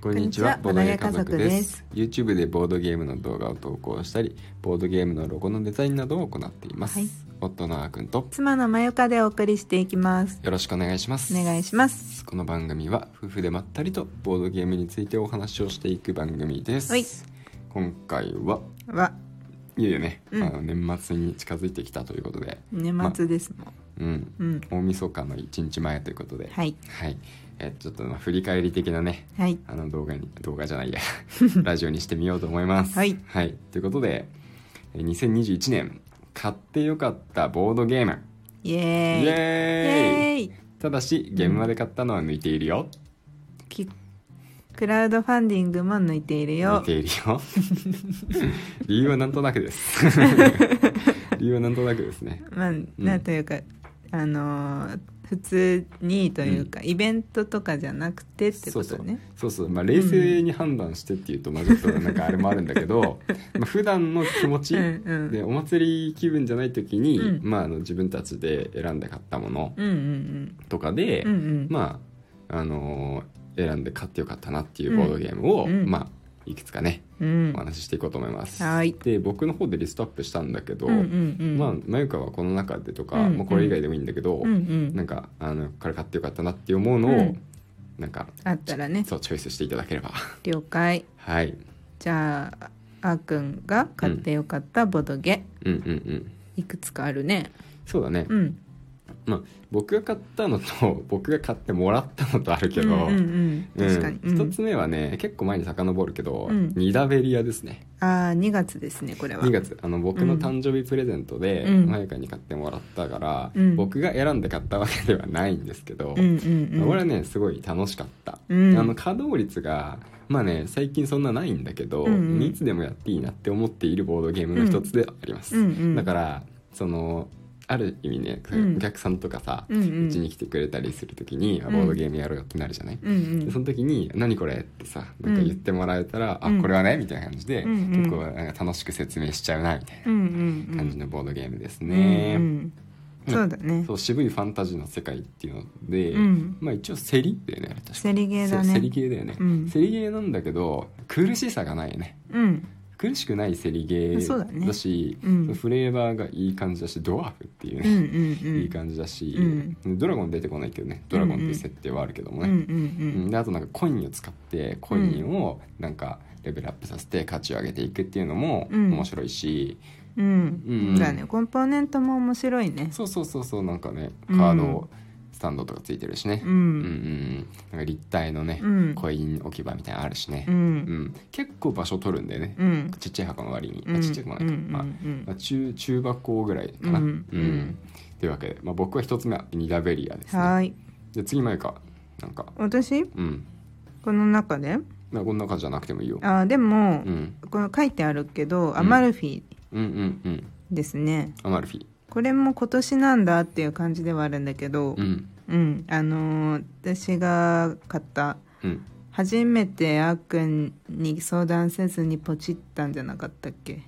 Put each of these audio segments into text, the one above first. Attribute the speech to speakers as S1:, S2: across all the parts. S1: こんにちは、ボ
S2: こん
S1: ー
S2: に
S1: ド
S2: ちは
S1: ゲーム家族
S2: ボードゲー家族
S1: で。
S2: です
S1: YouTube でボードゲームの動画を投稿したり、ボードゲームのロゴのデザインなどを行っています。
S2: はい
S1: 夫のあーくんと、
S2: 妻のまゆかでお送りしていきます
S1: よろしくお願いします。
S2: お願いします
S1: この番組は夫婦でまったりとボードゲームについてお話をしていく番組です。
S2: はい
S1: 今回は、
S2: はい
S1: よいよね、
S2: うん
S1: あの年末に近づいてきたということで、
S2: 年末ですもん、
S1: うん、
S2: うん
S1: 大晦日の1日前ということで、
S2: はい
S1: はい、えちょっとまあ振り返り的なね、
S2: はい
S1: あの動画に動画じゃ ないやラジオにしてみようと思います。
S2: はい
S1: ということでえー2021年買ってよかったボードゲーム
S2: イエ
S1: イ
S2: ーイ
S1: エーイ
S2: イエーイ
S1: ただし現場で買ったのは抜いているよ、
S2: きクラウドファンディングも抜いている
S1: 抜い
S2: よ
S1: ている よ 理由はなんとなくです理由はなんとなくですね
S2: まあ、なんというかあのー普通にというか、イベントとかじゃなくてって
S1: そ
S2: こ
S1: うそ
S2: と
S1: う
S2: ね
S1: そうそうまあ冷静に判断してっていうとまあちょっとなんかあれもあるんだけ ど、まあ普段の気持ち
S2: うんうん
S1: でお祭り気分じゃない時に、
S2: うん
S1: まあ、あの自分たちで選んで買ったもの
S2: うんうん
S1: とかで、
S2: うんうんうん
S1: まああのー選んで買ってよかったなっていうボードゲームを、
S2: うんうん
S1: まあいくつかね
S2: うん
S1: お話ししていこうと思います。
S2: はい
S1: で僕の方でリストアップしたんだけど、
S2: うんうんうん
S1: まあまゆかはこの中でとか、
S2: うん
S1: まあ、これ以外でもいいんだけど、
S2: うんうん
S1: なんかあのこれ買ってよかったなっていう思うのを、
S2: うん
S1: なんか
S2: あったらね
S1: そうチョイスしていただければ
S2: 了解
S1: はい
S2: じゃああーくんが買ってよかったボドゲ、
S1: うんうんうん
S2: いくつかあるね
S1: そうだね、
S2: うん
S1: まあ僕が買ったのと 僕が買ってもらったのとあるけど、
S2: うんうんうん、確かに、
S1: うん
S2: うん
S1: 一つ目はね結構前に遡るけど、
S2: うん
S1: ニダベリアですね
S2: ああ2月ですねこれは
S1: 2月あの僕の誕生日プレゼントで
S2: うん
S1: まゆかに買ってもらったから、
S2: うん
S1: 僕が選んで買ったわけではないんですけど、
S2: うんうんうん
S1: 俺はねすごい楽しかった、
S2: うん
S1: あの稼働率がまあね最近そんなないんだけど、
S2: うんうん
S1: いつでもやっていいなって思っているボードゲームの一つではあります、
S2: うんうん
S1: だからそのある意味ね
S2: うん
S1: お客さんとかさうち、
S2: うんうん
S1: に来てくれたりする時に、あ
S2: うん
S1: ボードゲームやろうよってなるじゃない、
S2: うんうん
S1: でその時に「何これ?」ってさなんか言ってもらえたら「
S2: うん
S1: あこれはね」みたいな感じで、
S2: うんうん
S1: 結構なんか楽しく説明しちゃうなみたい
S2: うんうん
S1: な
S2: う
S1: ん感じのボードゲームです
S2: うん
S1: ね、
S2: うんそうだね
S1: そう渋いファンタジーの世界っていうので、
S2: うん
S1: まあ一応セリだよね確か
S2: セリゲー
S1: そ
S2: だ
S1: う
S2: ね
S1: セリゲーだよね、
S2: うん
S1: セリゲーなんだけど苦しさがないよね
S2: うん
S1: 苦しくないセリゲ
S2: そうだ
S1: ー
S2: ね
S1: だし
S2: うん
S1: フレーバーがいい感じだしドワーフっていう
S2: うん
S1: ね、
S2: うんうん
S1: いい感じだし、
S2: う
S1: ドラゴン出てこないけどねドラゴンっていう設定はあるけども
S2: う
S1: ね、
S2: んうん
S1: うんであとなんかコインを使ってコインをなんかレベルアップさせて価値を上げていくっていうのも
S2: うん
S1: 面白いし、
S2: うんうん
S1: うん
S2: そうだねコンポーネントも面白いね
S1: そうそうそうそうなんかねカ
S2: うん
S1: ードスタンドとかついてるしね、
S2: う
S1: うんうん
S2: ん
S1: なんか立体のね、
S2: うん
S1: コイン置き場みたいなのあるしね
S2: う、ん
S1: うん結構場所取るんだよね、
S2: うん
S1: ちっちゃい箱の割に、
S2: う
S1: あ
S2: ん
S1: ちっちゃくもないか、
S2: うん
S1: まあ
S2: うん
S1: まあ中中箱ぐらいかな、
S2: う
S1: うんん
S2: うん
S1: というわけで、まあ、僕は一つ目はニラベリアです
S2: は
S1: ね
S2: ーい
S1: で次前かなんか
S2: 私
S1: うん
S2: この中で
S1: まあこんな感じじゃなくてもいいよ、
S2: あーでも、
S1: うん、
S2: この書いてあるけど、
S1: ん
S2: アマルフィ
S1: うんうんうん
S2: ですね
S1: アマルフィ
S2: これも今年なんだっていう感じではあるんだけど、
S1: うん
S2: うんあのー私が買った
S1: うん
S2: 初めてあーくんに相談せずにポチったんじゃなかったっけ、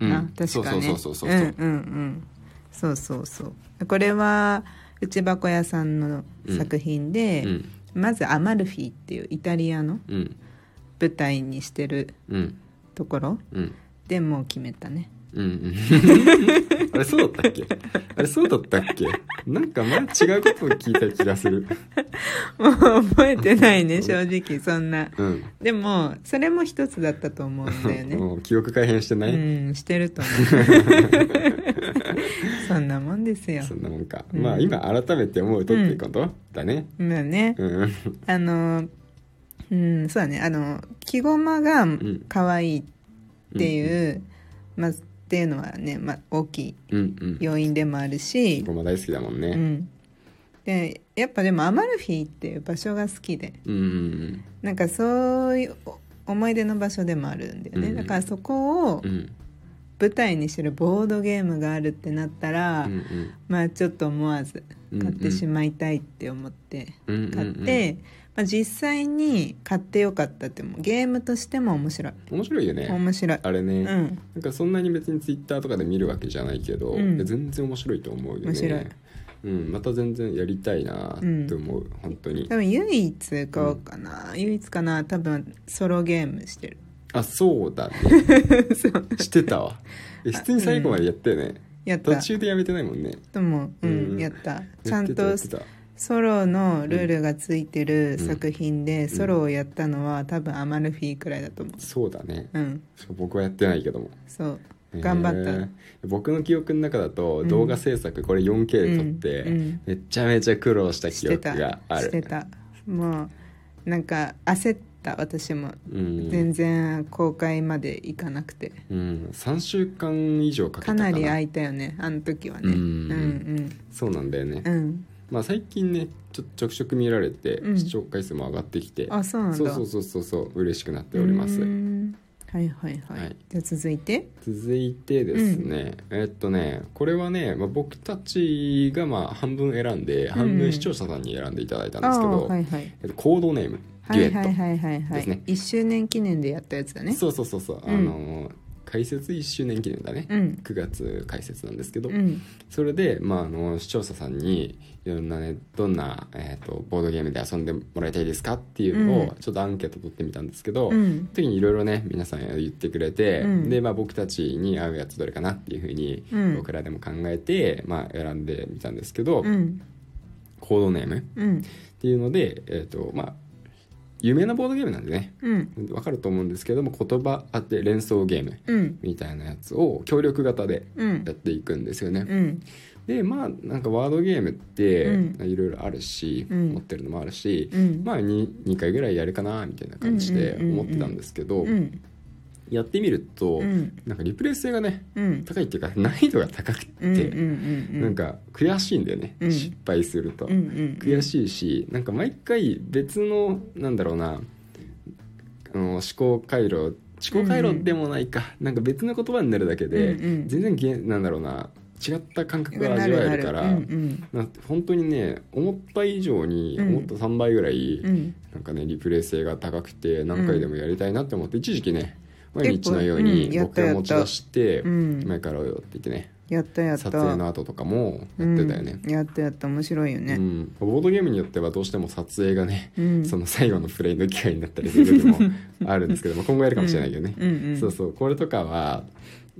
S1: うん
S2: あ確かね
S1: そうそうそうそうそう
S2: うんうんうんそうそうそうこれは内箱屋さんの作品で、
S1: うん
S2: まずアマルフィっていうイタリアの
S1: うん
S2: 舞台にしてる
S1: うん
S2: ところ
S1: うん
S2: でもう決めたね
S1: うんうん、 あれそうだったっけあれそうだったっけなんか前違うことを聞いた気がする
S2: もう覚えてないね正直そんな
S1: うん、
S2: でもそれも一つだったと思うんだよ ね
S1: もう記憶改変してない、
S2: うんしてると思 うそんなもんですよ
S1: そんなもんか、
S2: うん
S1: まあ今改めて思うとっていうことだね
S2: まあね
S1: うんうん
S2: あのうんそうだねあの着駒が
S1: ん
S2: 可愛いっていう、まあっていうのはね、まあ、大きい
S1: うん
S2: 要因でもある
S1: うん
S2: し、
S1: ごま大好きだもん
S2: う
S1: ね
S2: ん、でやっぱでもアマルフィっていう場所が好きで
S1: うんうん
S2: なんかそういうお思い出の場所でもあるんだよね、
S1: うん
S2: だからそこを
S1: うんうん
S2: 舞台にしてるボードゲームがあるってなったら、
S1: うん
S2: まあちょっと思わず
S1: うん
S2: 買ってしまいたいって思って
S1: うんうん
S2: 買って、
S1: うん
S2: まあ、実際に買ってよかったってもゲームとしても面白い
S1: 面白いよね
S2: 面白い、
S1: あれね、
S2: うん、
S1: なんかそんなに別にツイッターとかで見るわけじゃないけど、
S2: うん
S1: 全然面白いと思うよね
S2: 面白い
S1: うんうん、また全然やりたいなって思う、本当に
S2: 多分唯一買おうかな、唯一かな多分ソロゲームしてる
S1: あそうだ ね
S2: そう
S1: してた わえ普通に最後までやったよね、
S2: やった
S1: 途中でやめてないもんね
S2: でもうん、
S1: うん
S2: やったち
S1: や
S2: ゃ
S1: っ
S2: ん
S1: てた
S2: と
S1: やってた
S2: ソロのルールがついてる作品で、
S1: ん
S2: ソロをやったのは多分アマルフィくらいだと思
S1: そうだね
S2: ううん
S1: 僕はやってないけども
S2: そう頑張った
S1: へえ僕の記憶の中だと
S2: うん
S1: 動画制作、これ 4K で撮って、
S2: うんうん
S1: めちゃめちゃ苦労した
S2: し
S1: 記
S2: て
S1: 憶
S2: た
S1: がある
S2: してたもうなんか焦った私も
S1: うん、
S2: 全然公開までいかなくて、
S1: うん、3週間以上かけ
S2: か
S1: たかな
S2: なり空いたよねあの時はね
S1: うんそうなんだよね、
S2: うんうんうん
S1: まあ最近ねちょちょくちょく見られて、
S2: うん
S1: 視聴回数も上がってきて
S2: あそうなんだ
S1: そうそうそうそうそう嬉しくなっております、
S2: うんはいはいはい、
S1: はい
S2: じゃあ続いて
S1: 続いてですね、えっとねこれはね、まあ、僕たちがまあ半分選んで、半分視聴者さんに選んでいただいたんですけ
S2: あ
S1: ど、
S2: ーはいはい
S1: えっとコードネーム
S2: は
S1: デュエ
S2: い
S1: ット、
S2: はいはいはいは
S1: です
S2: い
S1: ね
S2: 一周年記念でやったやつだね
S1: そうそうそうそう、
S2: うん
S1: あの解説1周年記念だね、
S2: うん
S1: 9月解説なんですけど、
S2: うん
S1: それで、まあ、あの視聴者さんにいろんなねどんな、えー、とボードゲームで遊んでもらいたいですかっていうの
S2: う
S1: をちょっとアンケート取ってみたんですけど、
S2: うん
S1: 時にいろいろね皆さん言ってくれて、
S2: うん
S1: で、まあ、僕たちに合うやつどれかなっていうふうに
S2: うん
S1: 僕らでも考えて、まあ、選んでみたんですけど、
S2: うん
S1: コードネームっ
S2: うん
S1: ていうので、えーとまあ、有名なボードゲームなんでね
S2: うん
S1: わかると思うんですけども言葉当て連想ゲーム
S2: うん
S1: みたいなやつを協力型で
S2: うん
S1: やっていくんですよね。
S2: うん
S1: でまあなんかワードゲームって
S2: う
S1: いろいろあるし、
S2: うん
S1: 持ってるのもあるし、
S2: うん
S1: まあ 2, 2回ぐらいやるかなみたいな感じで
S2: うんうんうんうん
S1: 思ってたんですけど、
S2: うん
S1: やってみると、
S2: うん
S1: なんかリプレイ性がね
S2: うん
S1: 高いっていうか難易度が高くて、
S2: うんうんうん
S1: なんか悔しいんだよね、
S2: うん
S1: 失敗すると。
S2: うんうん
S1: 悔しいしなんか毎回別のなんだろうなあの思考回路思考回路でもないか、なんか別の言葉になるだけで、
S2: うんうん
S1: 全然げなんだろうな違った感覚が味わえるから
S2: なるなるうん
S1: な本当にね思った以上に
S2: うん
S1: 思った3倍ぐらい、
S2: うんうん
S1: なんかねリプレイ性が高くて何回でもやりたいなって思って、一時期ね毎
S2: 結
S1: 日
S2: 構
S1: のよう
S2: う
S1: に
S2: んやっ
S1: 僕
S2: た
S1: が
S2: やった
S1: 持ち出して
S2: うん
S1: 前からやろうよって言ってね
S2: やったやった
S1: 撮影の後とかもやってたよね、
S2: うんやったやった面白い
S1: う
S2: よね
S1: ん、ボードゲームによってはどうしても撮影がね、
S2: うん
S1: その最後のプレイの機会になったりする時 もあるんですけど、まあ、今後やるかもしれないけどね、
S2: うんうん
S1: そうそうこれとかは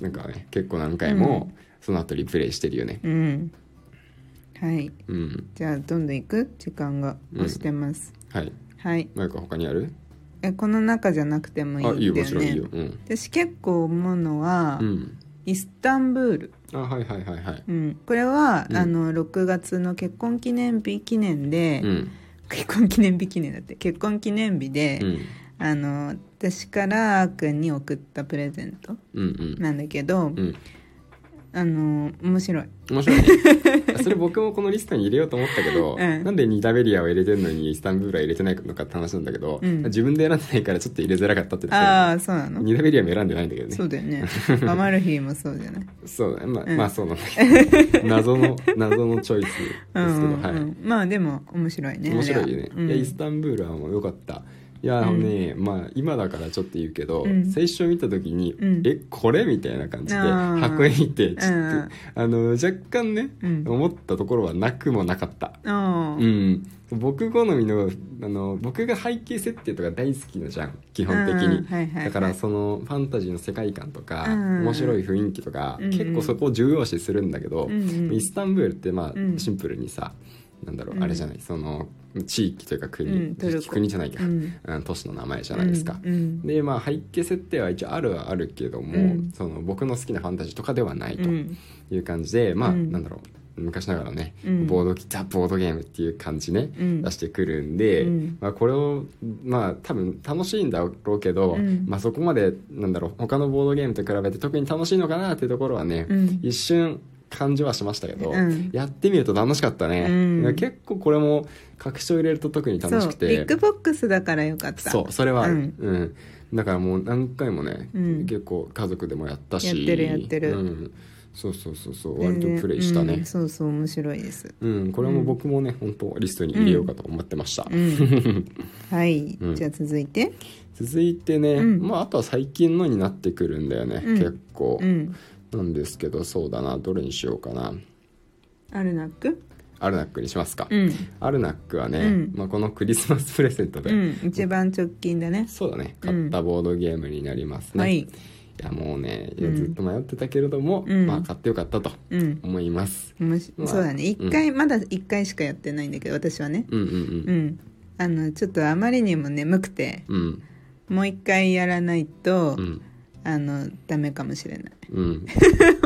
S1: なんかね結構何回もその後リプレイしてるよね
S2: うんはい
S1: うん
S2: じゃあどんどん行く時間が押してます、
S1: はい
S2: はい
S1: マイク他にある
S2: えこの中じゃなくてもいい
S1: あいいよ
S2: んだ
S1: も
S2: よ
S1: ちろん
S2: ね
S1: いいようん、
S2: 私結構思うのは、
S1: うん、
S2: イスタンブール、
S1: あはいはいはいはい
S2: うん、これは、
S1: うん
S2: あの6月の結婚記念日記念で、
S1: うん
S2: 結婚記念日記念だって結婚記念日で、
S1: うん
S2: あの私からあーくんに送ったプレゼント
S1: うんうん
S2: なんだけど、
S1: うん
S2: あの面白い
S1: 面白いね それ僕もこのリストに入れようと思ったけど、
S2: うん
S1: なんでニダベリアを入れてんのにイスタンブールは入れてないのかって話なんだけど、
S2: うん
S1: 自分で選んでないからちょっと入れづらかったってところ
S2: ああそうなの
S1: ニダベリアも選んでないんだけどね
S2: そうだよ ねアマルフィもそうじゃない
S1: そうだねま,、
S2: うん
S1: まあそうなんだけ ど謎の謎のチョイスですけど、
S2: うんうんうん
S1: はい、
S2: まあでも面白いね
S1: 面白いよね、
S2: あれはい
S1: や
S2: うん
S1: イスタンブールはもう良かったいや、
S2: うん
S1: ねまあ今だからちょっと言うけど、
S2: うん
S1: 最初見た時に「
S2: うん
S1: えこれ?」みたいな感じで
S2: あー
S1: 箱にいてちょっと、
S2: うん
S1: あの若干ね、
S2: うん
S1: 思ったところはなくもなかった
S2: ああ
S1: うん僕好みのあの僕が背景設定とか大好きなじゃん基本的
S2: うん
S1: に、
S2: はいはいはい
S1: だからそのファンタジーの世界観とか、
S2: うん
S1: 面白い雰囲気とか、
S2: うん
S1: 結構そこを重要視するんだけど、
S2: うんうん
S1: イスタンブールってまあ、
S2: うん
S1: シンプルにさなんだろう、
S2: うん
S1: あれじゃないその地域というか国、
S2: うんトルコ
S1: 国じゃないか、
S2: うん
S1: うん都市の名前じゃないですか。
S2: うんうん
S1: でまあ、背景設定は一応あるはあるけども、
S2: うん
S1: その僕の好きなファンタジーとかではないと、
S2: うん
S1: いう感じでまあ、
S2: うん
S1: なんだろう昔ながらね、
S2: うん
S1: ボードザ・ボードゲームっていう感じね、
S2: うん
S1: 出してくるんで、
S2: うん
S1: まあ、これをまあ多分楽しいんだろうけど、
S2: うん
S1: まあ、そこまでなんだろう他のボードゲームと比べて特に楽しいのかなっていうところはね、
S2: うん
S1: 一瞬感じはしましたけど、
S2: うん
S1: やってみると楽しかったね、
S2: うん
S1: いや結構これも拡張入れると特に楽しく
S2: そうビ
S1: て
S2: ッグボックスだからよかった
S1: そうそれはある、
S2: う
S1: うんんだからもう何回もね、
S2: うん
S1: 結構家族でもやったし
S2: やってるやってる
S1: うん、そうそうそうそう割
S2: 全
S1: と
S2: 然
S1: プレイした
S2: うん
S1: ね
S2: そうそう面白いです
S1: うん、これも僕もね、本当リストに入れようかと思ってました、
S2: うん はい、
S1: うん
S2: じゃあ続いて
S1: 続いてね、
S2: うん
S1: まああとは最近のになってくるんだよね、
S2: うん
S1: 結構、
S2: うん
S1: なんですけどそうだなどれにしようかな
S2: アルナック
S1: アルナックにしますか、
S2: うん、
S1: アルナックはね、
S2: うん
S1: まあ、このクリスマスプレゼントで、
S2: うん、一番直近だね
S1: そうだね買ったボードゲームになりますね、
S2: はいい
S1: やもうねいや
S2: うん
S1: ずっと迷ってたけれども、
S2: うん
S1: まあ買ってよかったと
S2: うん
S1: 思います、
S2: おもし
S1: まあ
S2: そうだね一回、まだ一回しかやってないんだけど私はね
S1: うん、うん
S2: うん、あのちょっとあまりにも眠くて
S1: うんうん
S2: もう一回やらないと、
S1: うん
S2: あのダメかもしれない
S1: うん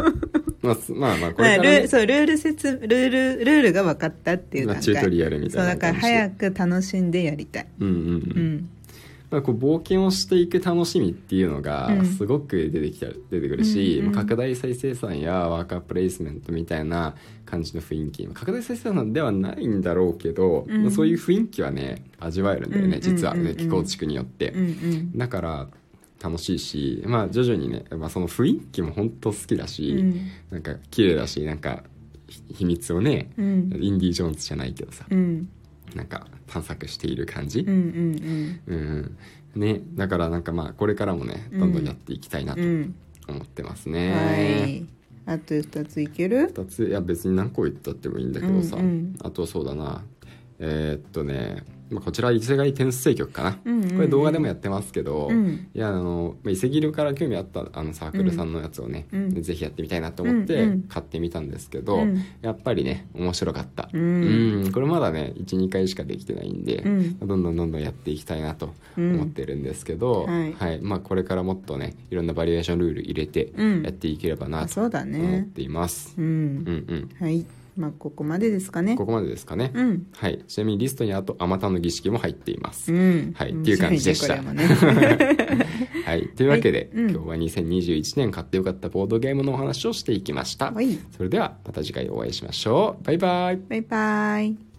S1: まあすまあまあこ
S2: ま
S1: れ
S2: あ
S1: から、
S2: ルー
S1: ね
S2: そうルール説ルールルールが分かったっていう
S1: まあ
S2: 段階
S1: チュートリアルみ
S2: そ
S1: た
S2: う
S1: い
S2: だ
S1: な
S2: から
S1: 感じ
S2: 早
S1: で
S2: く楽しんでやりたい
S1: うんうんうん
S2: うん
S1: まあ、こう冒険をしていく楽しみっていうのが
S2: うん
S1: すごく出てきた、出てくるし、
S2: うんうん
S1: まあ拡大再生産やワーカープレイスメントみたいな感じの雰囲気まあ拡大再生産ではないんだろうけど、
S2: うん
S1: まあそういう雰囲気はね味わえるんだよね、
S2: うん
S1: 実は
S2: うんうん
S1: ね
S2: うん
S1: 気候地区によって、
S2: うんうん
S1: だから楽しいし、まあ、徐々にね、まあ、その雰囲気も本当好きだし、
S2: うん
S1: なんか綺麗だしなんかひ秘密をね
S2: うん
S1: インディ・ジョーンズじゃないけどさ、
S2: うん
S1: なんか探索している感じ、
S2: うんうん
S1: うんね、だからなんかまあこれからもね
S2: うん
S1: どんどんやっていきたいな
S2: うん
S1: と
S2: うん
S1: 思ってます
S2: は
S1: ね、
S2: いあと2ついける
S1: 二ついや別に何個言ったってもいいんだけどさ、
S2: うんうん
S1: あとそうだなえーっとね、まあ、こちら異世界転生局かな、
S2: うんうんうん
S1: これ動画でもやってますけど、
S2: うん
S1: いやあのまあ伊勢ギルから興味あったあのサークルさんのやつをね、
S2: うんうん
S1: ぜひやってみたいなと思っ
S2: う
S1: て
S2: んうん
S1: 買ってみたんですけど、
S2: うん
S1: やっぱりね面白かった、
S2: うん
S1: うんこれまだね12回しかできてないんで、
S2: うん
S1: どんどんどんどんやっていきたいなと
S2: うん
S1: 思ってるんですけど、
S2: はい
S1: まあ、これからもっとねいろんなバリエーションルール入れて
S2: うん
S1: やっていければな
S2: あ
S1: と
S2: そうだ
S1: 思っ
S2: ね
S1: ています、
S2: う
S1: うんんうん
S2: はいまあここまでですかね
S1: ここまでですかね、
S2: うん
S1: はい、ちなみにリストにあと「あまたの儀式」も入っています、
S2: うん
S1: はいっていう感じでした
S2: 面白いねこれ もね
S1: はい、というわけで、
S2: はいうん
S1: 今日は2021年買ってよかったボードゲームのお話をしていきました、
S2: はい
S1: それではまた次回お会いしましょうバイバイ
S2: バイバイ